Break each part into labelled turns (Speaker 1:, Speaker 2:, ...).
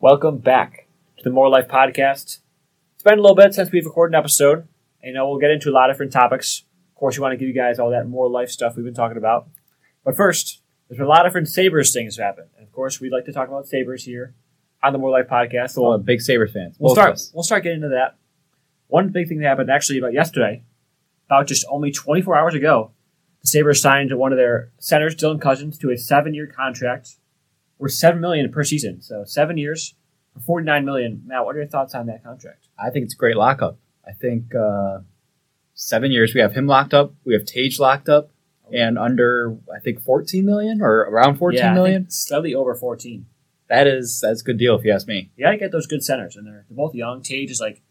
Speaker 1: Welcome back to the More Life Podcast. It's been a little bit since we've recorded an episode. I know we'll get into a lot of different topics. Of course, we want to give you guys all that more life stuff we've been talking about. But first, there's been a lot of different Sabres things have happened. And of course, we'd like to talk about Sabres here on the More Life Podcast. So
Speaker 2: Well, I'm a Oh, big Sabres fan.
Speaker 1: we'll
Speaker 2: Both of
Speaker 1: start
Speaker 2: us.
Speaker 1: we'll start getting into that. One big thing that happened actually about yesterday, about just only 24 hours ago, the Sabres signed one of their centers, Dylan Cousins, to a seven-year contract worth seven million per season. So seven years for 49 million. Matt, what are your thoughts on that contract?
Speaker 2: I think it's a great lockup. I think uh, seven years we have him locked up, we have Tage locked up, and under I think 14 million or
Speaker 1: Yeah,
Speaker 2: around
Speaker 1: I
Speaker 2: fourteen million.
Speaker 1: think slightly over 14.
Speaker 2: That is that's a good deal if you ask me.
Speaker 1: You got to get those good centers, and they're, they're both young. Tage is like,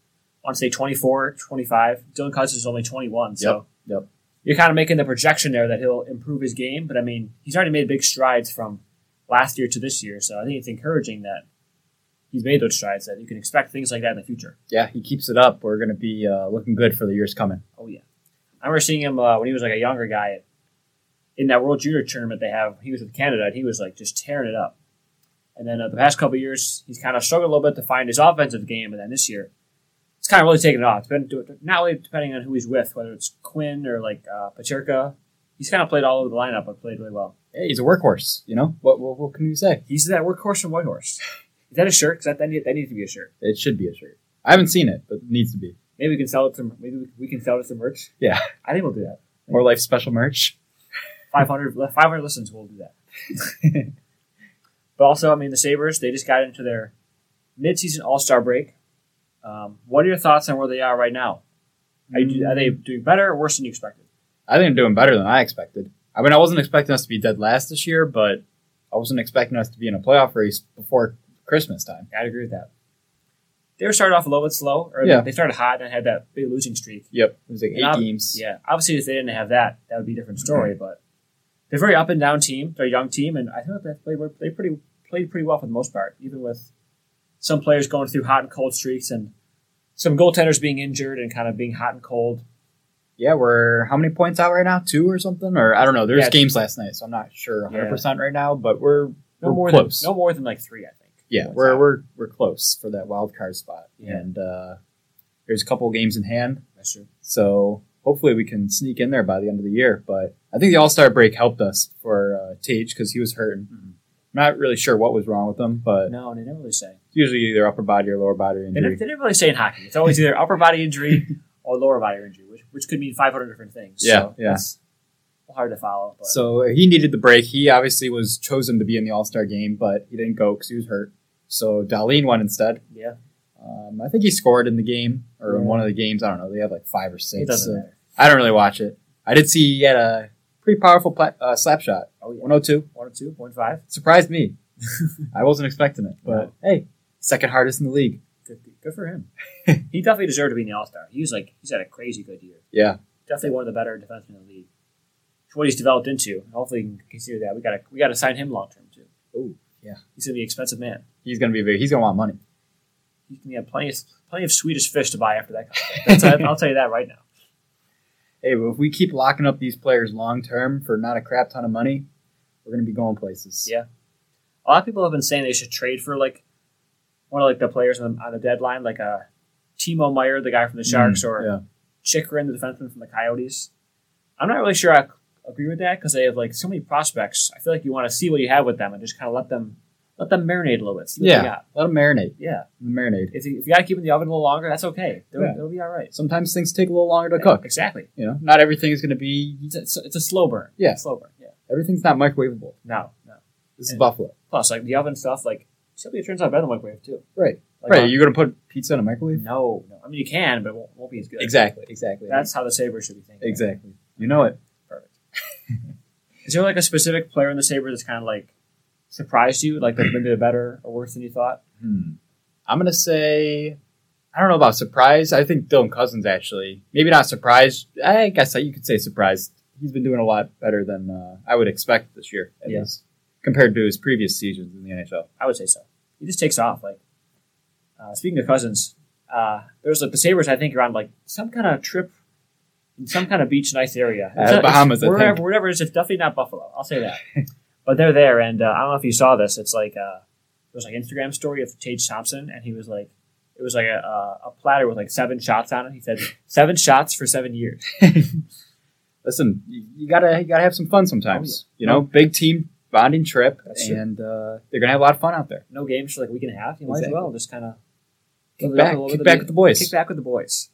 Speaker 1: I want to say 24, 25. Dylan Cousins is only 21. So
Speaker 2: Yep, yep.
Speaker 1: you're kind of making the projection there that he'll improve his game. But I mean, he's already made big strides from last year to this year. So I think it's encouraging that he's made those strides, that you can expect things like that in the future.
Speaker 2: Yeah, he keeps it up. We're going to be uh, looking good for the years coming.
Speaker 1: Oh, yeah. I remember seeing him uh, when he was like a younger guy in that World Junior tournament they have. He was with Canada, and he was like just tearing it up. And then uh, the past couple of years, he's kind of struggled a little bit to find his offensive game. And then this year, it's kind of really taken it off. It's been not only depending on who he's with, whether it's Quinn or like uh, Paterka. He's kind of played all over the lineup, but played really well.
Speaker 2: Hey, he's a workhorse. You know what? What, what can you say?
Speaker 1: He's that workhorse from Whitehorse. Is that a shirt? 'Cause that, that, need, that needs to be a shirt.
Speaker 2: It should be a shirt. I haven't seen it, but it needs to be
Speaker 1: Maybe we can sell it some. Maybe we- we can sell it some merch.
Speaker 2: Yeah.
Speaker 1: I think we'll do that.
Speaker 2: more life special merch.
Speaker 1: 500, 500 listens will do that. but also, I mean, the Sabres, they just got into their midseason All Star break. Um, what are your thoughts on where they are right now? Are, you, are they doing better or worse than you expected?
Speaker 2: I think I'm doing better than I expected. I mean, I wasn't expecting us to be dead last this year, but I wasn't expecting us to be in a playoff race before Christmas time.
Speaker 1: I'd agree with that. They were started off a little bit slow, or
Speaker 2: Yeah.
Speaker 1: they started hot and had that big losing streak.
Speaker 2: Yep, it was like eight
Speaker 1: And ob-
Speaker 2: games.
Speaker 1: Yeah, obviously, if they didn't have that, that would be a different story.
Speaker 2: Mm-hmm.
Speaker 1: But they're a very up and down team. They're a young team, and I think that they played they pretty played pretty well for the most part, even with some players going through hot and cold streaks and some goaltenders being injured and kind of being hot and cold.
Speaker 2: Yeah, we're how many points out right now? Two or something, or I don't know. There's
Speaker 1: Yeah.
Speaker 2: games last night, so I'm not sure 100 percent right now, but we're
Speaker 1: No
Speaker 2: We're
Speaker 1: more
Speaker 2: close.
Speaker 1: than no more than like three, I think.
Speaker 2: yeah,
Speaker 1: What's
Speaker 2: we're
Speaker 1: that?
Speaker 2: we're we're close for that wild card spot,
Speaker 1: Yeah.
Speaker 2: and uh, there's a couple games in hand,
Speaker 1: That's true.
Speaker 2: so hopefully we can sneak in there by the end of the year. But I think the All Star break helped us for uh, Tage because he was hurting.
Speaker 1: Mhm.
Speaker 2: Not really sure what was wrong with him, but
Speaker 1: No, they didn't really say.
Speaker 2: it's usually either upper body or lower body
Speaker 1: They didn't,
Speaker 2: injury.
Speaker 1: they didn't really say in hockey. It's always either upper body injury or lower body injury, which, which could mean five hundred different things.
Speaker 2: Yeah,
Speaker 1: so
Speaker 2: yeah.
Speaker 1: It's hard to follow. But
Speaker 2: So he needed the break. He obviously was chosen to be in the All Star game, but he didn't go because he was hurt. So Darlene won instead.
Speaker 1: yeah,
Speaker 2: Um, I think he scored in the game or in
Speaker 1: Yeah.
Speaker 2: one of the games. I don't know. They had like five or six.
Speaker 1: it doesn't
Speaker 2: so
Speaker 1: matter.
Speaker 2: I don't really watch it. I did see he had a pretty powerful pla- uh, slap shot,
Speaker 1: Oh yeah,
Speaker 2: 102.
Speaker 1: one or two, point five.
Speaker 2: Surprised me. I wasn't expecting it, but
Speaker 1: No.
Speaker 2: hey, second hardest in the league.
Speaker 1: Good, good for him. he definitely deserved to be in the All Star. He was like he's had a crazy good year.
Speaker 2: Yeah,
Speaker 1: Definitely one of the better defensemen in the league. It's what he's developed into. Hopefully, he can consider that. We gotta we gotta sign him long term too.
Speaker 2: Oh, yeah.
Speaker 1: he's gonna be an expensive man.
Speaker 2: he's gonna be. Very, he's gonna want money.
Speaker 1: He's gonna have plenty of plenty of Swedish fish to buy after that. Contract. That's, I'll tell you that right now.
Speaker 2: Hey, but if we keep locking up these players long term for not a crap ton of money, we're gonna be going places.
Speaker 1: Yeah. A lot of people have been saying they should trade for like one of like the players on, on the deadline, like uh, Timo Meyer, the guy from the
Speaker 2: Mm,
Speaker 1: Sharks, or
Speaker 2: yeah.
Speaker 1: Chikrin, the defenseman from the Coyotes. I'm not really sure I c- agree with that because they have like so many prospects. I feel like you want to see what you have with them and just kind of let them let them marinate a little bit. See what
Speaker 2: Yeah.
Speaker 1: they got.
Speaker 2: Let them marinate.
Speaker 1: Yeah.
Speaker 2: Marinade.
Speaker 1: If you, if you got to keep them in the oven a little longer, that's okay. They'll,
Speaker 2: Yeah.
Speaker 1: they'll be all right.
Speaker 2: Sometimes things take a little longer to cook.
Speaker 1: Exactly.
Speaker 2: You know, not everything is going to be.
Speaker 1: It's a, it's a- it's a slow burn.
Speaker 2: Yeah.
Speaker 1: It's a slow burn. Yeah.
Speaker 2: Everything's not microwavable.
Speaker 1: No, no.
Speaker 2: This
Speaker 1: Yeah.
Speaker 2: is Buffalo,
Speaker 1: Plus, like the oven stuff, like typically it turns out better than microwave too.
Speaker 2: right?
Speaker 1: Like,
Speaker 2: right.
Speaker 1: uh,
Speaker 2: You're going to put pizza in a microwave?
Speaker 1: no, no. I mean, you can, but it won't, won't be as good.
Speaker 2: Exactly. Exactly.
Speaker 1: That's how the Sabres should be thinking.
Speaker 2: exactly. You know it.
Speaker 1: Perfect. Is there like a specific player in the Sabres that's kind of like surprised you? Like they're maybe they're better or worse than you thought?
Speaker 2: Hmm. I'm going to say. I don't know about surprise. I think Dylan Cousins actually, maybe not surprised. I guess you could say surprised. He's been doing a lot better than uh, I would expect this year, at
Speaker 1: Yeah.
Speaker 2: least compared to his previous seasons in the NHL.
Speaker 1: I would say so. He just takes off. Like uh, speaking of Cousins, uh, there's like the Sabres. I think are on like some kind of trip in some kind of beach, nice area.
Speaker 2: Uh,
Speaker 1: It's not- it's
Speaker 2: Bahamas, I
Speaker 1: wherever,
Speaker 2: think.
Speaker 1: wherever it is, it's definitely not Buffalo. I'll say that. but they're there, and uh, I don't know if you saw this. It's like uh, was like Instagram story of Tage Thompson, and he was like, it was like a, a, a platter with like seven shots on it. He said seven shots for seven years.
Speaker 2: Listen, you you gotta you gotta have some fun sometimes. You know, big team bonding trip,
Speaker 1: Oh, That's true.
Speaker 2: and uh, they're gonna have a lot of fun out there.
Speaker 1: No games for like a week and a half. You might
Speaker 2: Exactly.
Speaker 1: as well just kind of
Speaker 2: Kick back, kick back with the boys.
Speaker 1: Kick back with the boys.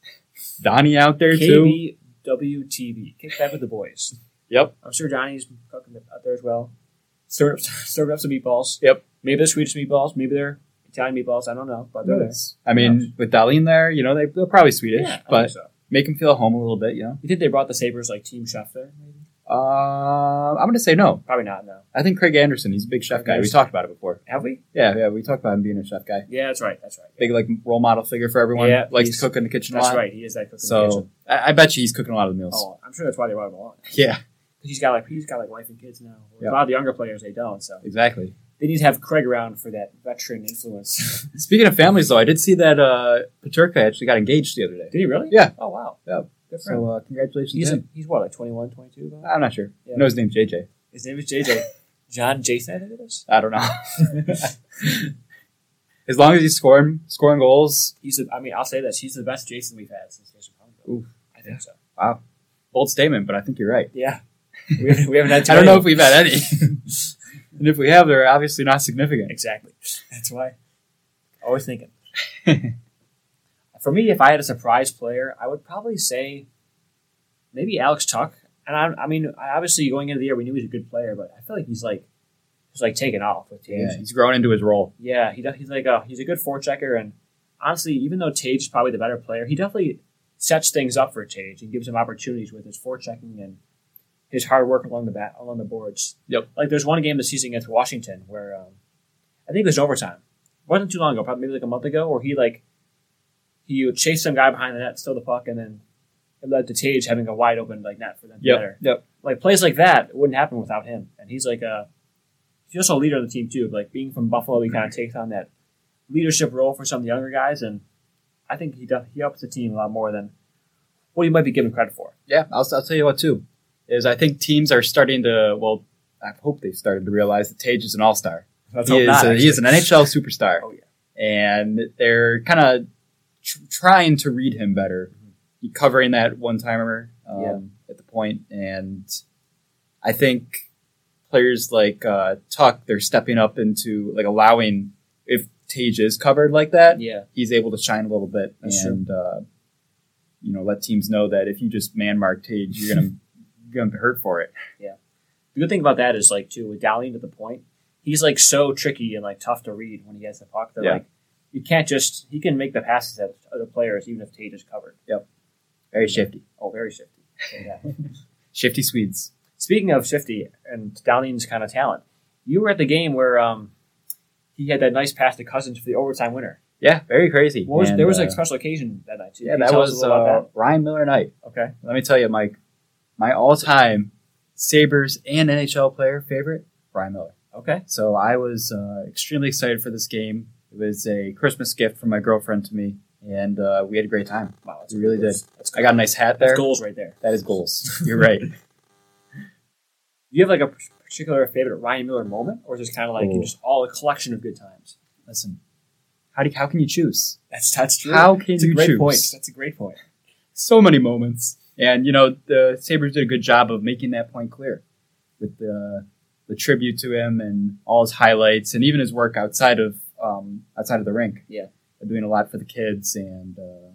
Speaker 2: Donnie out there too.
Speaker 1: KBWTV. Kick back with the boys.
Speaker 2: Yep.
Speaker 1: I'm sure Johnny's cooking out there as well. Serving up, serving up some meatballs.
Speaker 2: Yep.
Speaker 1: Maybe they're Swedish meatballs. Maybe they're Italian meatballs. I don't know, but they're there.
Speaker 2: I mean, with Darlene there, you know, they, they're probably Swedish,
Speaker 1: Yeah, I
Speaker 2: but
Speaker 1: think so.
Speaker 2: make them feel at home a little bit, you know?
Speaker 1: You think they brought the Sabres like team chef there? Maybe?
Speaker 2: Uh, I'm going to say no.
Speaker 1: Probably not. No.
Speaker 2: I think Craig Anderson, he's a big chef
Speaker 1: Craig
Speaker 2: guy. We
Speaker 1: Anderson.
Speaker 2: talked about it before.
Speaker 1: Have we?
Speaker 2: Yeah, yeah, we talked about him being a chef guy.
Speaker 1: Yeah, that's right. That's right.
Speaker 2: Big, like, role model figure for everyone.
Speaker 1: Yeah,
Speaker 2: Likes
Speaker 1: he's-
Speaker 2: to cook in the kitchen a
Speaker 1: That's
Speaker 2: lot.
Speaker 1: right. He is that cook in the
Speaker 2: So
Speaker 1: kitchen.
Speaker 2: I, I bet you he's cooking a lot of the meals.
Speaker 1: Oh, I'm sure that's why they brought him along.
Speaker 2: Yeah,
Speaker 1: Because he's got like he's got like wife and kids now.
Speaker 2: Yeah.
Speaker 1: A lot of the younger players they don't. So
Speaker 2: exactly.
Speaker 1: they need to have Craig around for that veteran influence.
Speaker 2: Speaking of families, though, I did see that uh, Paterka actually got engaged the other day.
Speaker 1: Did he really?
Speaker 2: Yeah.
Speaker 1: Oh wow.
Speaker 2: Yeah.
Speaker 1: Good for him.
Speaker 2: So uh, congratulations
Speaker 1: He's,
Speaker 2: to him.
Speaker 1: he's what like 21, 22? About?
Speaker 2: I'm not sure.
Speaker 1: Yeah.
Speaker 2: I know his name's JJ.
Speaker 1: His name is JJ. John Jason. I think it is.
Speaker 2: I don't know. as long as he's scoring scoring goals,
Speaker 1: He's. The, I mean, I'll say this. He's the best Jason we've had since Jason Pongo.
Speaker 2: Oof.
Speaker 1: I think so.
Speaker 2: bold statement, but I think you're right.
Speaker 1: Yeah. We haven't, we haven't had. Too
Speaker 2: I don't
Speaker 1: many.
Speaker 2: know if we've had any. and if we have, they're obviously not significant.
Speaker 1: Exactly. That's why. Always thinking. For me, if I had a surprise player, I would probably say maybe Alex Tuck. And I, I mean, I- obviously going into the year, we knew he was a good player, but I feel like he's like he's like taking off with Tage.
Speaker 2: Yeah,
Speaker 1: Yeah,
Speaker 2: he's grown into his role.
Speaker 1: he does, he's like a, he's a good forechecker, and honestly, even though Tage is probably the better player, he definitely sets things up for Tage and gives him opportunities with his forechecking and his hard work along the bat along the boards.
Speaker 2: Yep.
Speaker 1: Like there's one game this season against Washington where um, I think it was overtime. It wasn't too long ago, probably maybe like a month ago, where he like he would chase some guy behind the net, steal the puck, and then it led to Tage having a wide open like net for them to better.
Speaker 2: Yep.
Speaker 1: Like plays like that wouldn't happen without him. And he's like a he's also a leader of the team too. Like being from Buffalo, he kind of takes on that leadership role for some of the younger guys, and I think he does, he helps the team a lot more than what he might be given credit for.
Speaker 2: Yeah, I'll, I'll tell you what too is I think teams are starting to well, I hope they've started to realize that Tage is an all star.
Speaker 1: Let's
Speaker 2: He
Speaker 1: hope
Speaker 2: is
Speaker 1: not,
Speaker 2: a, he is an
Speaker 1: actually.
Speaker 2: NHL superstar.
Speaker 1: Oh, yeah.
Speaker 2: and they're kind of tr- trying to read him better, covering that one timer um,
Speaker 1: Mm-hmm. Yeah.
Speaker 2: at the point, and I think players like uh, Tuck they're stepping up into like allowing if Tage is covered like that,
Speaker 1: Yeah.
Speaker 2: he's able to shine a little bit
Speaker 1: That's
Speaker 2: and uh, you know let teams know that if you just man mark Tage, you're gonna you're gonna be hurt for it.
Speaker 1: The good thing about that is like too with Dalian to the point, he's like so tricky and like tough to read when he has the puck that
Speaker 2: Yeah.
Speaker 1: like you can't just he can make the passes at other players even if Tate is covered.
Speaker 2: Very shifty,
Speaker 1: Oh, very shifty. So, yeah.
Speaker 2: shifty Swedes.
Speaker 1: Speaking of shifty and Dalian's kind of talent, you were at the game where um he had that nice pass to Cousins for the overtime winner.
Speaker 2: Yeah, very crazy.
Speaker 1: What was,
Speaker 2: And,
Speaker 1: there was
Speaker 2: uh,
Speaker 1: like special occasion that night too.
Speaker 2: yeah,
Speaker 1: Can you
Speaker 2: that
Speaker 1: tell us
Speaker 2: was
Speaker 1: a little
Speaker 2: uh,
Speaker 1: about
Speaker 2: Ryan Miller Knight.
Speaker 1: that. Okay,
Speaker 2: Let me tell you, Mike, my all time Sabres and NHL player favorite, Brian Miller.
Speaker 1: okay,
Speaker 2: So I was uh, extremely excited for this game. It was a Christmas gift from my girlfriend to me, and uh, we had a great time.
Speaker 1: wow, that's
Speaker 2: You really
Speaker 1: good. That's
Speaker 2: I got a nice hat
Speaker 1: that's
Speaker 2: there.
Speaker 1: goals right there.
Speaker 2: That is goals. You're right.
Speaker 1: Do you have like a particular favorite Ryan Miller moment, or is this kind of like
Speaker 2: Ooh.
Speaker 1: just all a collection of good times?
Speaker 2: Listen, how, do, how can you choose?
Speaker 1: That's that's true.
Speaker 2: How can
Speaker 1: That's a
Speaker 2: you
Speaker 1: great
Speaker 2: choose?
Speaker 1: point. That's a great point.
Speaker 2: So many moments. And, you know, the Sabres did a good job of making that point clear with the, the tribute to him and all his highlights and even his work outside of, um, outside of the rink.
Speaker 1: Yeah.
Speaker 2: They're doing a lot for the kids, and uh,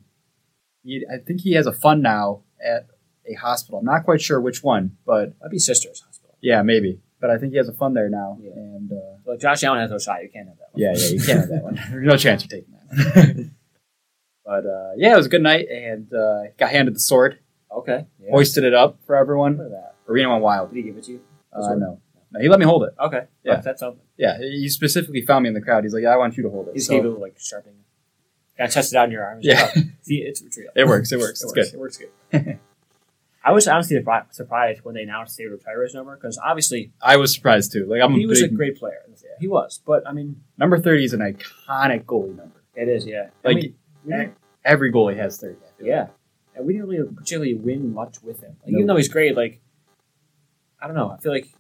Speaker 2: he, I think he has a fund now at a hospital. I'm not quite sure which one, but
Speaker 1: That'd be Sisters Hospital.
Speaker 2: yeah, maybe. But I think he has a fund there now,
Speaker 1: Yeah.
Speaker 2: and uh,
Speaker 1: Like Josh Allen has no shot. You can't have that one.
Speaker 2: yeah, yeah, you can't have that one. There's no chance you're taking that. One. but uh, yeah, it was a good night, and uh, got handed the sword,
Speaker 1: Okay. Yeah.
Speaker 2: hoisted it up for everyone.
Speaker 1: Look at that.
Speaker 2: Arena went wild.
Speaker 1: Did he give it to you? The
Speaker 2: Uh,
Speaker 1: sword?
Speaker 2: no, no, he let me hold it.
Speaker 1: Okay.
Speaker 2: Yeah.
Speaker 1: Look, that's something.
Speaker 2: Yeah, he specifically found me in the crowd. He's like, "I want you to hold
Speaker 1: He
Speaker 2: it."
Speaker 1: just
Speaker 2: So-
Speaker 1: gave it a, like sharpening. Gotta test it out in your arms.
Speaker 2: Yeah.
Speaker 1: "Oh, See, it's, it's real.
Speaker 2: It works, it works, it's good.
Speaker 1: It works good. I was honestly surpri- surprised when they announced they would retire his number because obviously
Speaker 2: I was surprised too. Like, I'm
Speaker 1: he
Speaker 2: a
Speaker 1: was a
Speaker 2: big,
Speaker 1: great player. He was, but I mean,
Speaker 2: number thirty is an iconic goalie number.
Speaker 1: it is yeah.
Speaker 2: Like,
Speaker 1: I mean, we didn't-
Speaker 2: every goalie has 30.
Speaker 1: Yeah. And we didn't really particularly win much with him. Like,
Speaker 2: No.
Speaker 1: Even though he's great, like, I don't know. I feel like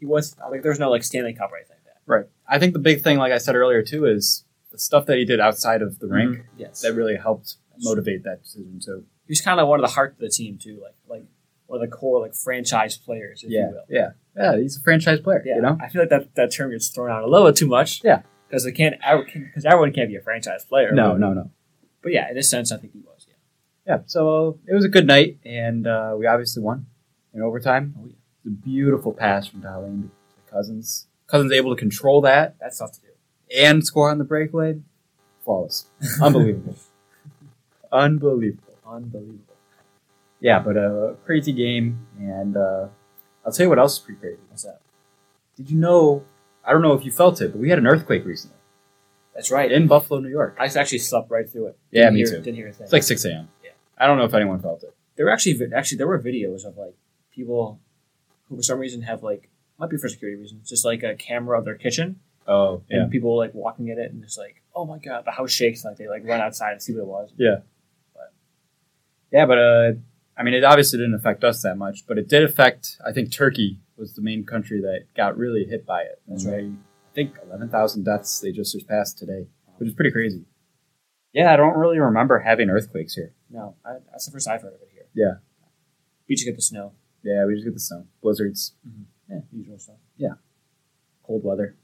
Speaker 1: he was, like, there's no, like, Stanley Cup or anything like that.
Speaker 2: Right. I think the big thing, like I said earlier too, is the stuff that he did outside of
Speaker 1: Mm-hmm.
Speaker 2: the rink
Speaker 1: Yes,
Speaker 2: that really helped
Speaker 1: That's-
Speaker 2: motivate that decision too.
Speaker 1: he's kind of one of the heart of the team too, like like one of the core like franchise players, if you
Speaker 2: yeah,
Speaker 1: will.
Speaker 2: yeah, yeah. He's a franchise player.
Speaker 1: Yeah,
Speaker 2: You know.
Speaker 1: I feel like that, that term gets thrown out a little too much.
Speaker 2: Yeah.
Speaker 1: because they can't because everyone can't be a franchise player.
Speaker 2: No,
Speaker 1: but,
Speaker 2: no, no.
Speaker 1: But yeah, in this sense, I think he was. Yeah,
Speaker 2: Yeah. So it was a good night, and uh, we obviously won in overtime.
Speaker 1: Oh, yeah.
Speaker 2: The beautiful pass from Darlene to Cousins. Cousins able to control that
Speaker 1: that's tough to do.
Speaker 2: and score on the breakaway. Flawless. Unbelievable. Unbelievable.
Speaker 1: Unbelievable.
Speaker 2: Yeah, but a crazy game, and uh, I'll tell you what else is pretty crazy.
Speaker 1: What's that?
Speaker 2: Did you know? I don't know if you felt it, but we had an earthquake recently
Speaker 1: That's right.
Speaker 2: in Buffalo, New York.
Speaker 1: I actually slept right through it.
Speaker 2: Yeah,
Speaker 1: Didn't
Speaker 2: me
Speaker 1: hear,
Speaker 2: too.
Speaker 1: Didn't hear a thing.
Speaker 2: It's like six a.m.
Speaker 1: Yeah.
Speaker 2: I don't know if anyone felt it.
Speaker 1: there were actually vi- actually there were videos of like people who for some reason have like might be for security reasons just like a camera of their kitchen
Speaker 2: Oh,
Speaker 1: and people like walking in it and just like oh my god the house shakes like they like run outside and see what it was
Speaker 2: Yeah, but uh, I mean, it obviously didn't affect us that much, but it did affect. I think Turkey was the main country that got really hit by it.
Speaker 1: That's
Speaker 2: right. I think eleven thousand deaths they just surpassed today, which is pretty crazy. Yeah, I don't really remember having earthquakes here.
Speaker 1: no I, that's the first I've heard of it here
Speaker 2: Yeah.
Speaker 1: we just get the snow
Speaker 2: Yeah, we just get the snow, blizzards,
Speaker 1: usual stuff
Speaker 2: cold weather.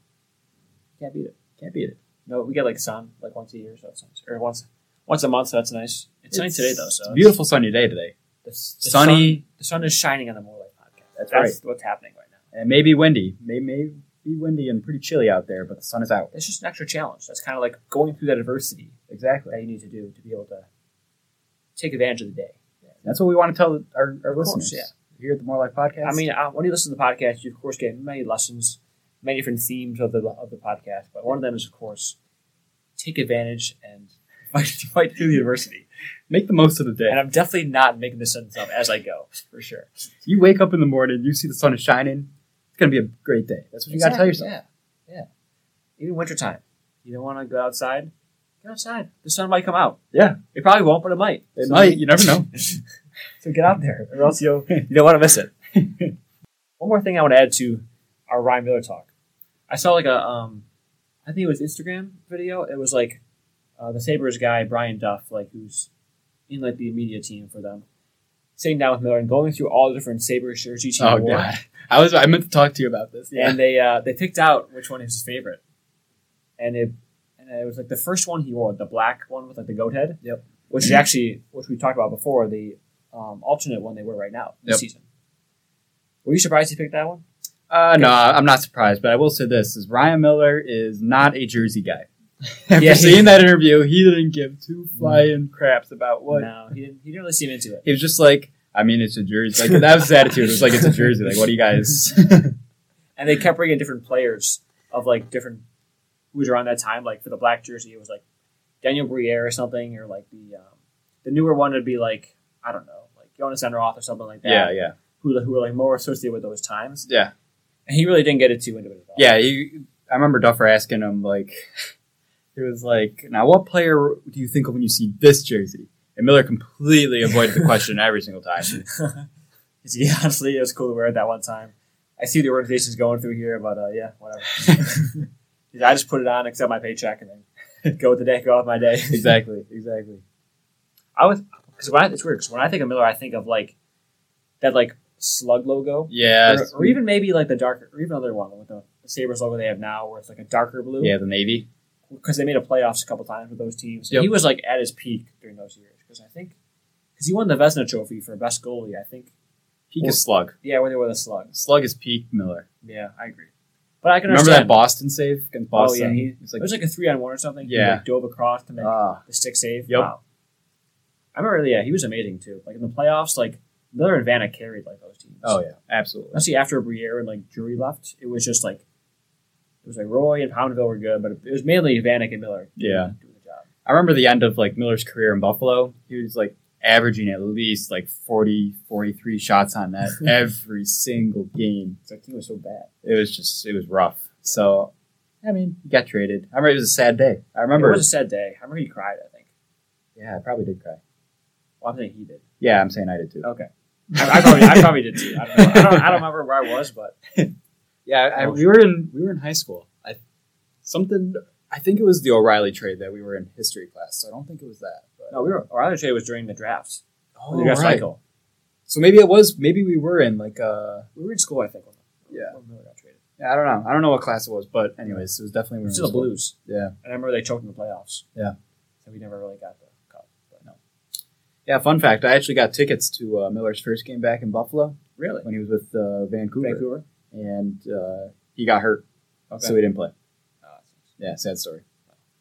Speaker 1: can't beat it
Speaker 2: Can't beat it.
Speaker 1: no we get like sun like once a year so that's nice or once once a month so that's nice it's, sunny today though so
Speaker 2: it's a
Speaker 1: it's-
Speaker 2: beautiful sunny day today.
Speaker 1: the, s- the sun,
Speaker 2: Sunny
Speaker 1: the sun is shining on the More Life podcast
Speaker 2: That's
Speaker 1: what's happening right now
Speaker 2: and maybe windy. May maybe windy and pretty chilly out there, but the sun is out.
Speaker 1: it's just an extra challenge that's kind of like going through that adversity
Speaker 2: Exactly.
Speaker 1: that you need to do to be able to take advantage of the day.
Speaker 2: That's what we want to tell our, our
Speaker 1: course,
Speaker 2: listeners
Speaker 1: yeah.
Speaker 2: here at the More Life Podcast.
Speaker 1: I mean, uh, when you listen to the podcast, you of course get many lessons, many different themes of the of the podcast. But one of them is, of course, take advantage and fight, fight through the adversity.
Speaker 2: make the most of the day.
Speaker 1: And I'm definitely not making this sentence up as I go, for sure.
Speaker 2: You wake up in the morning, you see the sun is shining. It's gonna be a great day. That's what you gotta tell yourself.
Speaker 1: Yeah, yeah. Even wintertime, you don't want to go outside. Get outside. The sun might come out.
Speaker 2: Yeah.
Speaker 1: It probably won't, but it might.
Speaker 2: It might. You never know.
Speaker 1: So get out there, or else you'll you don't want to miss it. One more thing I want to add to our Ryan Miller talk. I saw like a um, I think it was Instagram video. It was like uh, the Sabres guy Brian Duff, like who's in like the media team for them, sitting down with Miller and going through all the different Sabres jerseys he
Speaker 2: Oh
Speaker 1: wore.
Speaker 2: god, I was I meant to talk to you about this.
Speaker 1: And they uh, they picked out which one is his favorite, and it and it was like the first one he wore, the black one with like the goat head.
Speaker 2: Yep. Mm-hmm.
Speaker 1: Which is actually which we talked about before, the um, alternate one they wear right now this
Speaker 2: Yep.
Speaker 1: season. Were you surprised he picked that one?
Speaker 2: Uh, no, I'm not surprised, but I will say this: is Ryan Miller is not a Jersey guy. After
Speaker 1: Yeah, he-
Speaker 2: seeing that interview, he didn't give two flying craps about what
Speaker 1: No, he didn't. He didn't really seem into it.
Speaker 2: He was just like, I mean, it's a jersey. Like that was his attitude. It was like, it's a jersey. Like, what do you guys?
Speaker 1: And they kept bringing different players of like different who was around that time. Like for the black jersey, it was like Daniel Briere or something, or like the um, the newer one would be like I don't know, like Jonas Enroth or something like that.
Speaker 2: yeah, yeah,
Speaker 1: Who who were like more associated with those times.
Speaker 2: yeah,
Speaker 1: And he really didn't get it too into it at all.
Speaker 2: yeah. He, I remember Duffer asking him like, it was like, now what player do you think of when you see this jersey? And Miller completely avoided the question every single time.
Speaker 1: Because, yeah, honestly, it was cool to wear it that one time. I see the organization's going through here, but uh, yeah, whatever. Because I just put it on, accept my paycheck, and then go with the day, go with my day.
Speaker 2: exactly, exactly.
Speaker 1: I was because when I, it's weird 'cause when I think of Miller, I think of like that like slug logo,
Speaker 2: Yeah,
Speaker 1: or, or even maybe like the darker, or even another one with the, the Sabres logo they have now, where it's like a darker blue.
Speaker 2: yeah, the Navy.
Speaker 1: because they made a playoffs a couple times with those teams.
Speaker 2: Yep.
Speaker 1: He was like at his peak during those years because I think because he won the Vesna Trophy for best goalie. I think
Speaker 2: Peak
Speaker 1: Well-
Speaker 2: is Slug.
Speaker 1: yeah, where they were the slugs.
Speaker 2: Slug is peak Miller.
Speaker 1: Yeah, I agree. But I can
Speaker 2: Remember that
Speaker 1: understand.
Speaker 2: Boston save against Boston?
Speaker 1: Oh yeah, he,
Speaker 2: It was like,
Speaker 1: it was like a three on one or something. He,
Speaker 2: Yeah.
Speaker 1: like, dove across to make
Speaker 2: ah,
Speaker 1: the stick save.
Speaker 2: Yep.
Speaker 1: Wow. I remember. Yeah, he was amazing too. Like in the playoffs, like Miller and Vanna carried like those teams.
Speaker 2: oh yeah, absolutely.
Speaker 1: Especially after Briere and like Drury left, it was just like it was like Roy and Poundville were good, but it was mainly Vanek and Miller.
Speaker 2: Yeah.
Speaker 1: doing the job.
Speaker 2: I remember the end of like Miller's career in Buffalo. He was like averaging at least like 40, 43 shots on net every single game.
Speaker 1: It's like he was so bad.
Speaker 2: It was just it was rough. So I mean, he got traded. I remember it was a sad day. I remember
Speaker 1: it was a sad day. I remember he cried. I think.
Speaker 2: Yeah, I probably did cry.
Speaker 1: Well, I think he did.
Speaker 2: Yeah, I'm saying I did too.
Speaker 1: Okay. I, I probably, I probably did too. I don't, know. I, don't, I don't remember where I was, but
Speaker 2: yeah, I, we were in we were in high school. I something. I think it was the O'Reilly trade that we were in history class. So I don't think it was that. But,
Speaker 1: No, we were. Our other trade was during the drafts.
Speaker 2: oh,
Speaker 1: the draft
Speaker 2: right.
Speaker 1: cycle.
Speaker 2: So maybe it was. Maybe we were in like a.
Speaker 1: We were in school, I think. When
Speaker 2: Yeah.
Speaker 1: When Miller got traded.
Speaker 2: I don't know. I don't know what class it was, but anyways, it was definitely when we were in
Speaker 1: Still the
Speaker 2: school.
Speaker 1: Blues.
Speaker 2: Yeah.
Speaker 1: And I remember they choked in the playoffs.
Speaker 2: Yeah.
Speaker 1: So we never really got the cup. But no.
Speaker 2: Yeah. Fun fact: I actually got tickets to uh, Miller's first game back in Buffalo
Speaker 1: Really?
Speaker 2: when he was with uh, Vancouver,
Speaker 1: Vancouver.
Speaker 2: and uh, he got hurt,
Speaker 1: Okay.
Speaker 2: so he didn't play.
Speaker 1: Uh,
Speaker 2: Yeah, sad story.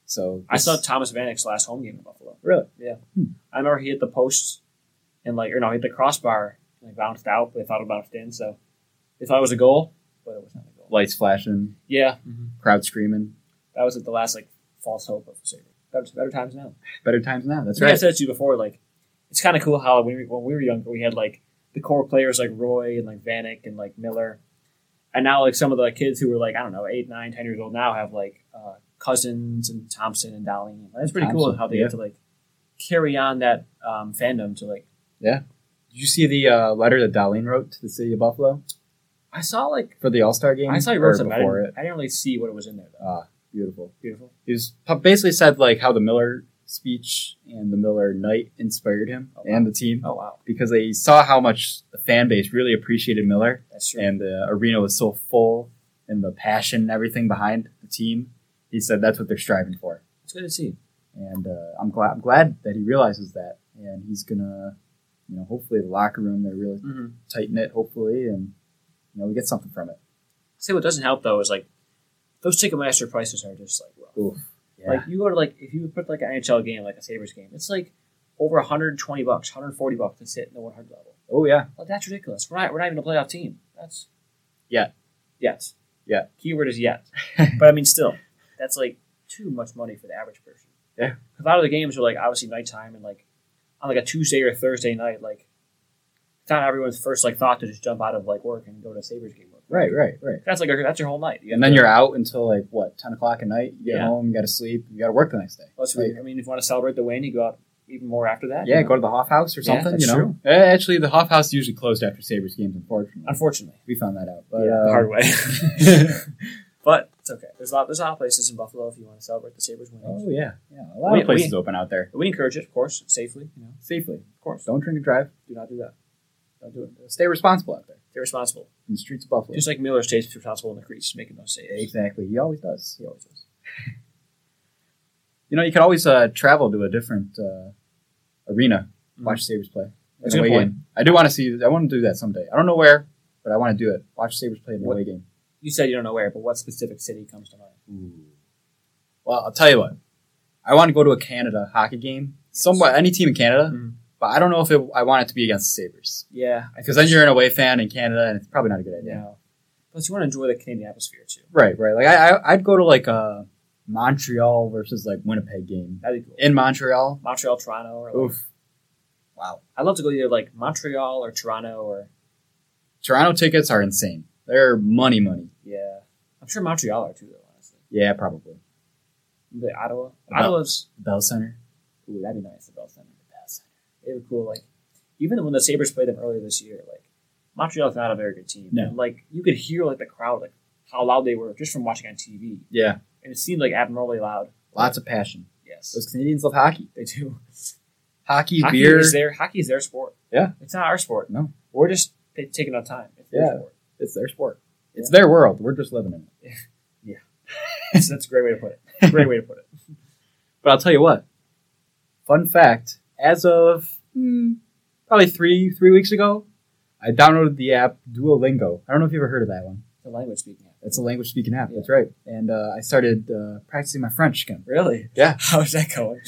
Speaker 2: So
Speaker 1: I saw
Speaker 2: this-
Speaker 1: Thomas Vanek's last home game in Buffalo.
Speaker 2: really. Hmm.
Speaker 1: I remember he hit the post and like or no, he hit the crossbar and it bounced out, but they thought it bounced in, so they thought it was a goal, but it was not a goal.
Speaker 2: lights flashing,
Speaker 1: Yeah.
Speaker 2: crowd screaming.
Speaker 1: That was at the last like false hope of Sabre. Better, better times now.
Speaker 2: Better times now. That's
Speaker 1: I think I
Speaker 2: right.
Speaker 1: said to you before, like it's kind of cool how when we, when we were younger, we had like the core players like Roy and like Vanek and like Miller, and now like some of the kids who were like I don't know eight, nine, ten years old now have like uh, cousins and Thompson and Dowling. That's pretty cool
Speaker 2: Thompson,
Speaker 1: how they
Speaker 2: yeah.
Speaker 1: get to like carry on that um, fandom to like
Speaker 2: Did you see the uh, letter that Darlene wrote to the city of Buffalo
Speaker 1: I saw like
Speaker 2: for the All Star game?
Speaker 1: I saw you
Speaker 2: Or
Speaker 1: wrote something. I
Speaker 2: before
Speaker 1: didn't,
Speaker 2: it.
Speaker 1: I didn't really see what it was in there though.
Speaker 2: Ah, beautiful.
Speaker 1: Beautiful.
Speaker 2: He was p- basically said like how the Miller speech and the Miller night inspired him
Speaker 1: Oh, wow.
Speaker 2: and the team
Speaker 1: Oh wow,
Speaker 2: because they saw how much the fan base really appreciated Miller
Speaker 1: that's true.
Speaker 2: and the arena was so full and the passion and everything behind the team. He said that's what they're striving for,
Speaker 1: it's good to see.
Speaker 2: and uh, I'm glad. I'm glad that he realizes that, and he's gonna, you know, hopefully the locker room they're really
Speaker 1: Mm-hmm.
Speaker 2: tighten it, hopefully, and you know we get something from it.
Speaker 1: Say what doesn't help though is like those Ticketmaster prices are just like rough.
Speaker 2: Yeah,
Speaker 1: Like you go to like if you put like an NHL game, like a Sabres game, it's like over 120 bucks, 140 bucks to sit in the 100 level.
Speaker 2: oh yeah,
Speaker 1: Like that's ridiculous. We're not we're not even a playoff team. That's
Speaker 2: Yet.
Speaker 1: Yes.
Speaker 2: Yeah.
Speaker 1: Keyword is yet. but I mean, still, that's like too much money for the average person.
Speaker 2: Yeah.
Speaker 1: 'Cause A lot of the games are like obviously nighttime and like on like a Tuesday or Thursday night. Like it's not everyone's first like thought to just jump out of like work and go to a Sabres game.
Speaker 2: right, right, right.
Speaker 1: That's like a, that's your whole night. You
Speaker 2: And
Speaker 1: have to-
Speaker 2: then you're out until like what ten o'clock at night. You get
Speaker 1: Yeah.
Speaker 2: home, you got to sleep, you got to work the next day.
Speaker 1: Plus,
Speaker 2: Like,
Speaker 1: we- I mean, if you want to celebrate the win, you go out even more after that.
Speaker 2: yeah,
Speaker 1: you know?
Speaker 2: go to the Hoff House or
Speaker 1: Yeah,
Speaker 2: something.
Speaker 1: that's
Speaker 2: you know, Eh, actually the Hoff House usually closed after Sabres games. Unfortunately,
Speaker 1: Unfortunately.
Speaker 2: we found that out. But
Speaker 1: yeah, the
Speaker 2: uh,
Speaker 1: hard way. but it's okay. There's a lot. There's a lot of places in Buffalo if you want to celebrate the Sabres winning.
Speaker 2: Oh yeah, yeah. A lot
Speaker 1: We-
Speaker 2: of places
Speaker 1: we-
Speaker 2: open out there
Speaker 1: We encourage it, of course, safely. You know,
Speaker 2: safely.
Speaker 1: of course.
Speaker 2: Don't drink and drive.
Speaker 1: Do not do that. Don't do it.
Speaker 2: Stay responsible out there
Speaker 1: Stay responsible.
Speaker 2: in the streets of Buffalo.
Speaker 1: Just like Miller stays responsible in the crease, making those saves.
Speaker 2: exactly. He always does.
Speaker 1: He always does.
Speaker 2: You know, you could always uh, travel to a different uh, arena,
Speaker 1: Mhm.
Speaker 2: watch Sabres play.
Speaker 1: That's
Speaker 2: An
Speaker 1: a good
Speaker 2: away
Speaker 1: point.
Speaker 2: game. I do want to see. I want to do that someday. I don't know where, but I want to do it. Watch Sabres play in the
Speaker 1: What-
Speaker 2: away game.
Speaker 1: You said you don't know where, but what specific city comes to mind?
Speaker 2: Well, I'll tell you what. I want to go to a Canada hockey game. Somewhere, any team in Canada,
Speaker 1: Mhm.
Speaker 2: but I don't know if it, I want it to be against the Sabres.
Speaker 1: Yeah, I
Speaker 2: Because then you're an away fan in Canada, and it's probably not a good idea.
Speaker 1: Yeah. Plus, you want to enjoy the Canadian atmosphere too.
Speaker 2: Right, right. Like I, I, I'd go to like a Montreal versus like Winnipeg game
Speaker 1: That'd be cool.
Speaker 2: in Montreal.
Speaker 1: Montreal, Toronto, or like,
Speaker 2: Oof, wow.
Speaker 1: I'd love to go either like Montreal or Toronto or
Speaker 2: Toronto tickets are insane. They're money, money.
Speaker 1: yeah. I'm sure Montreal are too, though. Honestly,
Speaker 2: Yeah, probably.
Speaker 1: the Ottawa.
Speaker 2: About-
Speaker 1: Ottawa's
Speaker 2: Bell Center.
Speaker 1: Ooh, that'd be nice. The Bell Center. The Bell Center. They were cool. Like even when the Sabres played them earlier this year, like Montreal's not a very good team.
Speaker 2: No.
Speaker 1: And, like you could hear like the crowd, like how loud they were just from watching on TV,
Speaker 2: Yeah,
Speaker 1: and it seemed like abnormally loud.
Speaker 2: lots of passion.
Speaker 1: Yes,
Speaker 2: Those Canadians love hockey.
Speaker 1: they do.
Speaker 2: Hockey,
Speaker 1: Hockey
Speaker 2: beer.
Speaker 1: is their hockey is their sport.
Speaker 2: Yeah.
Speaker 1: it's not our sport.
Speaker 2: No.
Speaker 1: we're just t- taking our time. It's their
Speaker 2: Yeah.
Speaker 1: sport.
Speaker 2: It's their sport. It's their world. We're just living in it.
Speaker 1: That's, that's a great way to put it. Great way to put it.
Speaker 2: But I'll tell you what. Fun fact: as of hmm, probably three three weeks ago, I downloaded the app Duolingo. I don't know if you ever heard of that one.
Speaker 1: The language speaking. app.
Speaker 2: It's a language speaking app.
Speaker 1: Yeah.
Speaker 2: That's right. And uh, I started uh, practicing my French again.
Speaker 1: Really?
Speaker 2: Yeah.
Speaker 1: How's that going?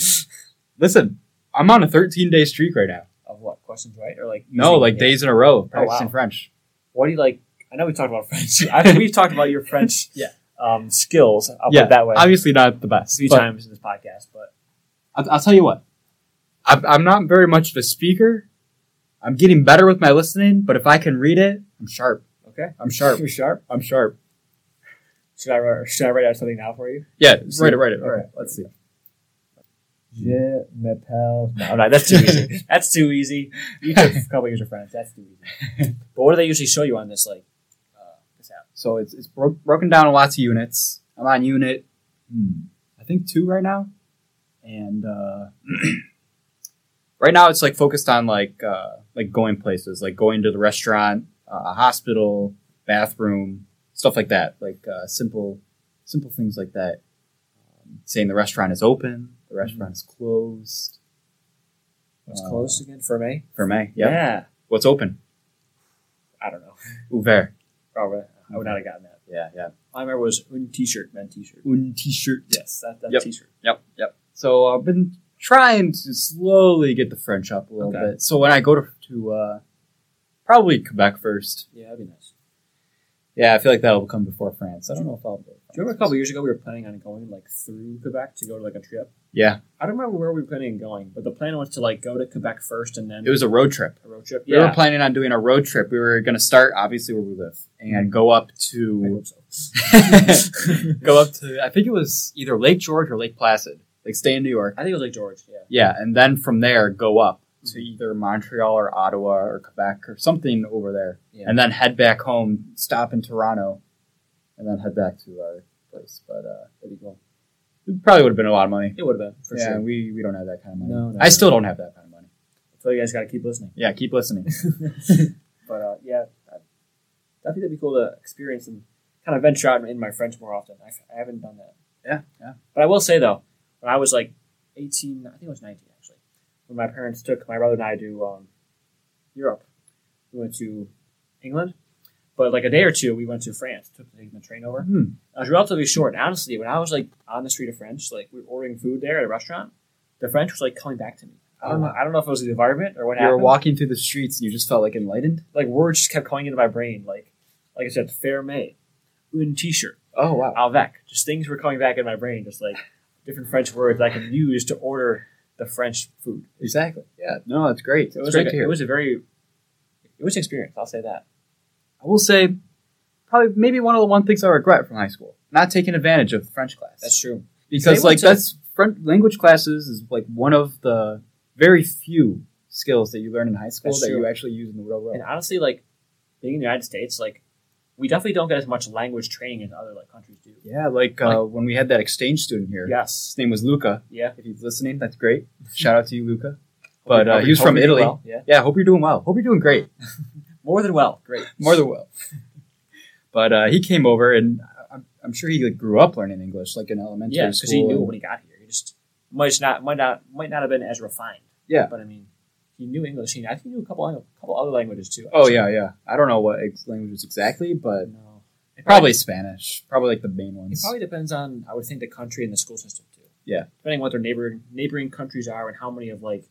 Speaker 2: Listen, I'm on a 13 day streak right now.
Speaker 1: Of what questions, right? Or like
Speaker 2: No,
Speaker 1: using-
Speaker 2: like
Speaker 1: yeah.
Speaker 2: days in a row of
Speaker 1: Oh, wow.
Speaker 2: practicing French.
Speaker 1: What do you like? I know we talked about French. I think we've talked about your French
Speaker 2: Yeah.
Speaker 1: um, skills. I'll put
Speaker 2: Yeah,
Speaker 1: it that way.
Speaker 2: obviously not the
Speaker 1: a
Speaker 2: best.
Speaker 1: few
Speaker 2: but
Speaker 1: times in this podcast, but
Speaker 2: I'll, I'll tell you what. I'm, I'm not very much of a speaker. I'm getting better with my listening, but if I can read it, I'm sharp.
Speaker 1: okay.
Speaker 2: I'm sharp.
Speaker 1: You're sharp.
Speaker 2: I'm sharp.
Speaker 1: Should I write, should I write out something now for you?
Speaker 2: Yeah, write it, write it.
Speaker 1: Okay.
Speaker 2: All right, let's see.
Speaker 1: Je m'appelle. No, no, that's too easy. that's too easy. You took a couple years of French. That's too easy. But what do they usually show you on this like uh, this app?
Speaker 2: So it's, it's bro- broken down in lots of units. I'm on unit hmm, I think two right now, and uh, right now it's like focused on like uh, like going places, like going to the restaurant, uh, hospital, bathroom, stuff like that, like uh, simple simple things like that. Um, saying the restaurant is open, the restaurant is closed
Speaker 1: Mm-hmm. It's
Speaker 2: Uh,
Speaker 1: closed again for May.
Speaker 2: for May. Yep.
Speaker 1: Yeah.
Speaker 2: What's open?
Speaker 1: I don't know.
Speaker 2: Ouvert.
Speaker 1: Probably. I would not have gotten that.
Speaker 2: Yeah, yeah.
Speaker 1: All I remember was un t-shirt, men t-shirt.
Speaker 2: Un t-shirt.
Speaker 1: Yes, that, that
Speaker 2: Yep.
Speaker 1: t-shirt.
Speaker 2: Yep, yep. So I've been trying to slowly get the French up a little
Speaker 1: Okay.
Speaker 2: bit. So when I go to, to uh, probably Quebec first,
Speaker 1: Yeah, that'd be nice.
Speaker 2: yeah, I feel like that'll come before France. I don't know if I'll. Do
Speaker 1: Do you remember a couple years ago we were planning on going like through Quebec to go to like a trip?
Speaker 2: Yeah,
Speaker 1: I don't remember where we were planning on going, but the plan was to like go to Quebec first and then
Speaker 2: it was a road trip.
Speaker 1: a road trip.
Speaker 2: We were planning on doing a road trip. We were going to start obviously where we live and go up
Speaker 1: I
Speaker 2: to
Speaker 1: hope so.
Speaker 2: go up to I think it was either Lake George or Lake Placid. Like stay in New York.
Speaker 1: I think it was like George. Yeah.
Speaker 2: Yeah, and then from there go up
Speaker 1: Mm-hmm.
Speaker 2: to either Montreal or Ottawa or Quebec or something over there.
Speaker 1: Yeah.
Speaker 2: and then head back home, stop in Toronto, and then head back to our place. But uh,
Speaker 1: that'd be cool.
Speaker 2: it probably would have been a lot of money.
Speaker 1: It would have been for
Speaker 2: yeah,
Speaker 1: sure.
Speaker 2: we, we don't have that kind of money.
Speaker 1: No, no,
Speaker 2: I
Speaker 1: no.
Speaker 2: still don't have that kind of money.
Speaker 1: So you guys got to keep listening.
Speaker 2: Yeah, keep listening.
Speaker 1: but uh, yeah, I, I think that'd be cool to experience and kind of venture out in my French more often. I, I haven't done that.
Speaker 2: yeah, yeah.
Speaker 1: But I will say though, when I was like 18, I think it was 19 actually, when my parents took my brother and I to um, Europe, we went to England. But like a day or two, we went to France, took the train over.
Speaker 2: Hmm.
Speaker 1: I was relatively short. And honestly, when I was like on the street of French, like we were ordering food there at a restaurant, the French was like coming back to me. I don't
Speaker 2: Oh.
Speaker 1: know. I don't know if it was the environment or what
Speaker 2: You were
Speaker 1: happened
Speaker 2: walking through the streets and you just felt like enlightened.
Speaker 1: like words just kept coming into my brain. Like, like I said, fair may, un t-shirt,
Speaker 2: Oh wow.
Speaker 1: avec. Just things were coming back in my brain, just like different French words I can use to order the French food.
Speaker 2: Exactly. Yeah. No, it's great.
Speaker 1: So it
Speaker 2: It's
Speaker 1: was
Speaker 2: great
Speaker 1: like
Speaker 2: to
Speaker 1: a,
Speaker 2: hear.
Speaker 1: it was a very, it was an experience. I'll say that.
Speaker 2: I will say, probably maybe one of the one things I regret from high school not taking advantage of French class.
Speaker 1: true. They
Speaker 2: because
Speaker 1: went
Speaker 2: like
Speaker 1: to-
Speaker 2: that's French language classes is like one of the very few skills that you learn in high school
Speaker 1: That's
Speaker 2: that
Speaker 1: true.
Speaker 2: you actually use in the real world.
Speaker 1: And honestly, like being in the United States, like we definitely don't get as much language training as other like countries do.
Speaker 2: Yeah, like uh, when we had that exchange student here.
Speaker 1: Yes.
Speaker 2: His name was Luca.
Speaker 1: Yeah.
Speaker 2: If he's listening, that's great. Shout out to you, Luca. But uh,
Speaker 1: Hope-
Speaker 2: he was
Speaker 1: hope
Speaker 2: from
Speaker 1: you do
Speaker 2: Italy.
Speaker 1: well. Yeah.
Speaker 2: Yeah, hope you're doing well. Hope you're doing great.
Speaker 1: More than well. Great.
Speaker 2: More than well. but uh, he came over, and I- I'm, I'm sure he like, grew up learning English, like in elementary
Speaker 1: Yeah, because
Speaker 2: school.
Speaker 1: he knew
Speaker 2: and-
Speaker 1: when he got here. He just might just not might not might not have been as refined.
Speaker 2: Yeah.
Speaker 1: but I mean, he knew English. He I think he knew a couple a couple other languages too.
Speaker 2: Oh yeah, yeah. I don't know what ex- languages exactly, but
Speaker 1: no, it
Speaker 2: probably Spanish. Probably like the main
Speaker 1: it
Speaker 2: ones.
Speaker 1: probably depends on I would think the country and the school system too.
Speaker 2: Yeah.
Speaker 1: depending on what their neighbor neighboring countries are and how many of like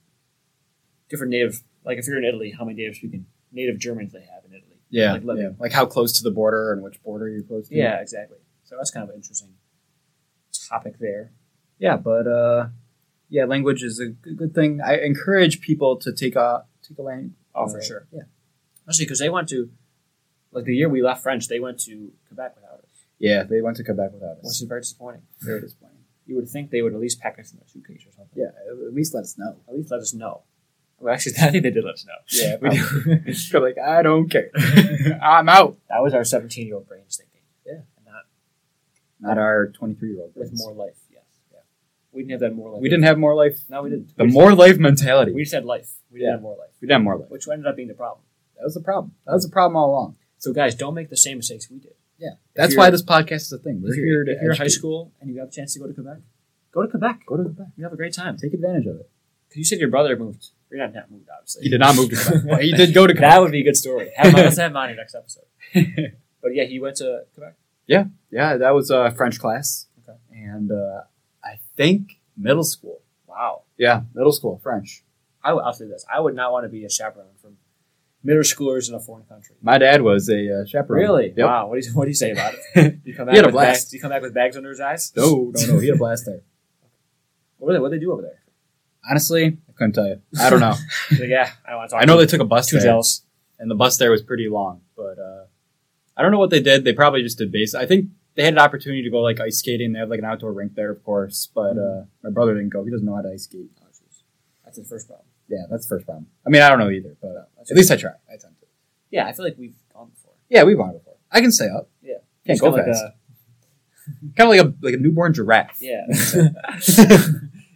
Speaker 1: different native like if you're in Italy, how many native speaking native Germans they have in Italy.
Speaker 2: yeah,
Speaker 1: like living.
Speaker 2: yeah. Like how close to the border and which border you're close to.
Speaker 1: Yeah, exactly. So that's kind of an interesting topic there.
Speaker 2: yeah but uh yeah language is a good, good thing i encourage people to take a take a language
Speaker 1: Oh, for sure.
Speaker 2: yeah
Speaker 1: Especially because they went to like the year we left French, they went to Quebec without us,
Speaker 2: yeah they went to quebec without
Speaker 1: which
Speaker 2: us
Speaker 1: is very disappointing.
Speaker 2: Very disappointing.
Speaker 1: you would think they would at least pack us in their suitcase or something.
Speaker 2: yeah at at least let us know
Speaker 1: At least let us know. Well, actually, I think they did let us know.
Speaker 2: yeah
Speaker 1: We do.
Speaker 2: are like i don't care i'm out
Speaker 1: that was our 17 year old brains thinking.
Speaker 2: Yeah.
Speaker 1: And not
Speaker 2: not our 23 year old
Speaker 1: with more life. Yes. Yeah. We didn't have that more life.
Speaker 2: we didn't have more life
Speaker 1: No, we didn't.
Speaker 2: the
Speaker 1: we
Speaker 2: more life
Speaker 1: Just,
Speaker 2: mentality
Speaker 1: we just had life. We didn't
Speaker 2: Yeah.
Speaker 1: have more life,
Speaker 2: we didn't have more life
Speaker 1: which ended up being the problem.
Speaker 2: that was the problem that was the problem all along
Speaker 1: So, guys, don't make the same mistakes we did.
Speaker 2: that's
Speaker 1: you're-
Speaker 2: why this podcast is a thing we're
Speaker 1: if you're,
Speaker 2: here to
Speaker 1: if you're in high
Speaker 2: educate.
Speaker 1: school and you have a chance to go to Quebec, go to Quebec.
Speaker 2: go to quebec
Speaker 1: You have a great time.
Speaker 2: take advantage of it
Speaker 1: Because you said your brother moved. You're not, not moved, obviously.
Speaker 2: he did not move to quebec but he did go to quebec
Speaker 1: That would be a good story. Have mine, let's have mine in next episode. But yeah, he went to Quebec.
Speaker 2: Yeah, that was uh, French class.
Speaker 1: Okay.
Speaker 2: And uh, I think middle school.
Speaker 1: Wow.
Speaker 2: Yeah, middle school French.
Speaker 1: I will, I'll say this: I would not want to be a chaperone from middle schoolers in a foreign country.
Speaker 2: My dad was a uh, chaperone.
Speaker 1: Really?
Speaker 2: Yep.
Speaker 1: Wow. What do you What do you say about it? Do you come back
Speaker 2: He had a
Speaker 1: with
Speaker 2: blast.
Speaker 1: bags? Do you come back with bags under his eyes?
Speaker 2: No, no, no. He had a blast there.
Speaker 1: What do they What do they do over there?
Speaker 2: Honestly, I couldn't tell you. I don't know.
Speaker 1: He's Like, yeah, I don't want to talk.
Speaker 2: I know
Speaker 1: to
Speaker 2: they
Speaker 1: you.
Speaker 2: took a bus
Speaker 1: too
Speaker 2: there,
Speaker 1: jealous.
Speaker 2: and the bus there was pretty long. But uh, I don't know what they did. They probably just did base. I think they had an opportunity to go like ice skating. They have like an outdoor rink there, of course.
Speaker 1: Hmm.
Speaker 2: But uh, my brother didn't go. He doesn't know how to ice skate.
Speaker 1: Oh, jeez. That's the first problem.
Speaker 2: Yeah, that's the first problem. I mean, I don't know either, but uh,
Speaker 1: That's
Speaker 2: at least I tried. I attempted.
Speaker 1: Yeah, I feel like we've gone before.
Speaker 2: Yeah, we've gone before. I can stay up.
Speaker 1: Yeah.
Speaker 2: Can't
Speaker 1: It's
Speaker 2: go
Speaker 1: kinda
Speaker 2: fast.
Speaker 1: Like
Speaker 2: kind of like a like a newborn giraffe.
Speaker 1: Yeah.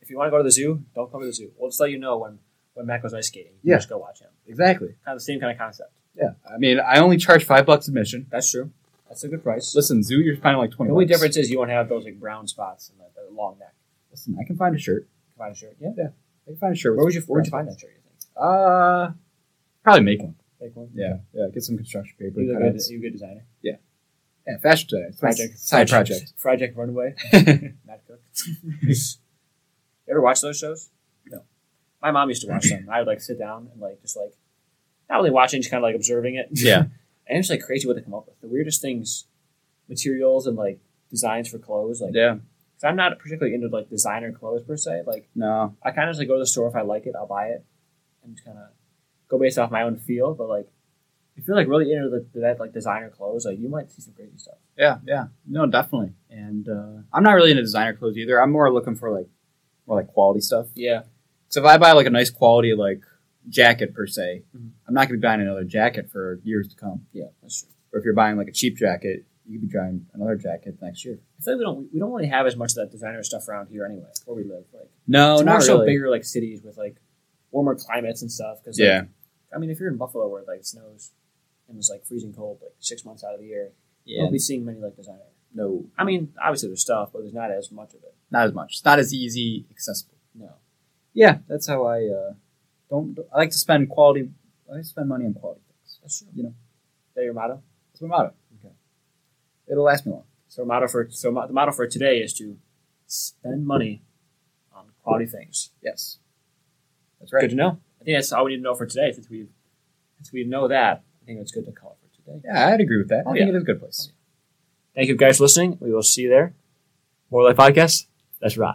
Speaker 1: if you want to go to the zoo, don't come to the zoo. We'll just let you know when when Matt goes ice skating. You can
Speaker 2: Yeah.
Speaker 1: Just go watch him.
Speaker 2: exactly.
Speaker 1: Kind of the same kind of concept.
Speaker 2: Yeah, I mean, I only charge five bucks admission.
Speaker 1: That's true. That's a good price.
Speaker 2: Listen, zoo, you're finding like twenty.
Speaker 1: the only
Speaker 2: bucks.
Speaker 1: difference is you won't have those like brown spots and the, the long neck.
Speaker 2: Listen, I can find a shirt.
Speaker 1: Find a shirt. Yeah.
Speaker 2: I can find a shirt.
Speaker 1: Where would you Where would you find that shirt? You think?
Speaker 2: Uh, probably make one.
Speaker 1: Take one.
Speaker 2: Yeah, yeah. Get some construction paper.
Speaker 1: You look
Speaker 2: cut
Speaker 1: good.
Speaker 2: outs.
Speaker 1: You a good designer.
Speaker 2: Yeah, fashion design. It's my
Speaker 1: Project.
Speaker 2: Side project.
Speaker 1: Project Runaway.
Speaker 2: I
Speaker 1: Matt Cook. you ever watch those shows? No. My mom used to watch them. I would like sit down and like just like not really watching, just kind of like observing it.
Speaker 2: Yeah.
Speaker 1: and it's like crazy what they come up with. The weirdest things, materials and like designs for clothes. Like,
Speaker 2: yeah.
Speaker 1: 'cause I'm not particularly into like designer clothes per se. Like,
Speaker 2: No.
Speaker 1: I kind of just like go to the store if I like it, I'll buy it, and kind of go based off my own feel. But like, if you're like really into the, that like designer clothes, like you might see some crazy stuff.
Speaker 2: Yeah. Yeah. No, definitely. And uh, I'm not really into designer clothes either. I'm more looking for like more like quality stuff.
Speaker 1: Yeah,
Speaker 2: So if I buy like a nice quality like jacket per se,
Speaker 1: Mhm.
Speaker 2: I'm not gonna be buying another jacket for years to come.
Speaker 1: yeah, that's true.
Speaker 2: Or if you're buying like a cheap jacket, you could be buying another jacket next year.
Speaker 1: I feel like we don't we don't really have as much of that designer stuff around here anyway, where we live. Like,
Speaker 2: No,
Speaker 1: it's more
Speaker 2: Oh, not
Speaker 1: so
Speaker 2: really.
Speaker 1: bigger like cities with like warmer climates and stuff. Because
Speaker 2: Yeah.
Speaker 1: I mean, if you're in Buffalo where it like snows and it's like freezing cold like six months out of the year, you
Speaker 2: Yeah.
Speaker 1: won't be seeing many like designer.
Speaker 2: No,
Speaker 1: I mean, obviously there's stuff, but there's not as much of it.
Speaker 2: not as much. It's not as easy accessible.
Speaker 1: No,
Speaker 2: Yeah, that's how I uh, don't. I like to spend quality. I like to spend money on quality things.
Speaker 1: that's true.
Speaker 2: You know.
Speaker 1: Is that your motto?
Speaker 2: That's my motto.
Speaker 1: Okay.
Speaker 2: It'll last me long.
Speaker 1: So motto for so mo- the motto for today is to spend money on quality things.
Speaker 2: Yes. That's right.
Speaker 1: Good to know. I think that's all we need to know for today. Since we since we know that, I think it's good to call it for today.
Speaker 2: Yeah, I'd agree with that.
Speaker 1: Oh,
Speaker 2: I think
Speaker 1: yeah.
Speaker 2: it is a good place.
Speaker 1: Thank you guys for listening. We will see you there. More Life Podcast. That's right.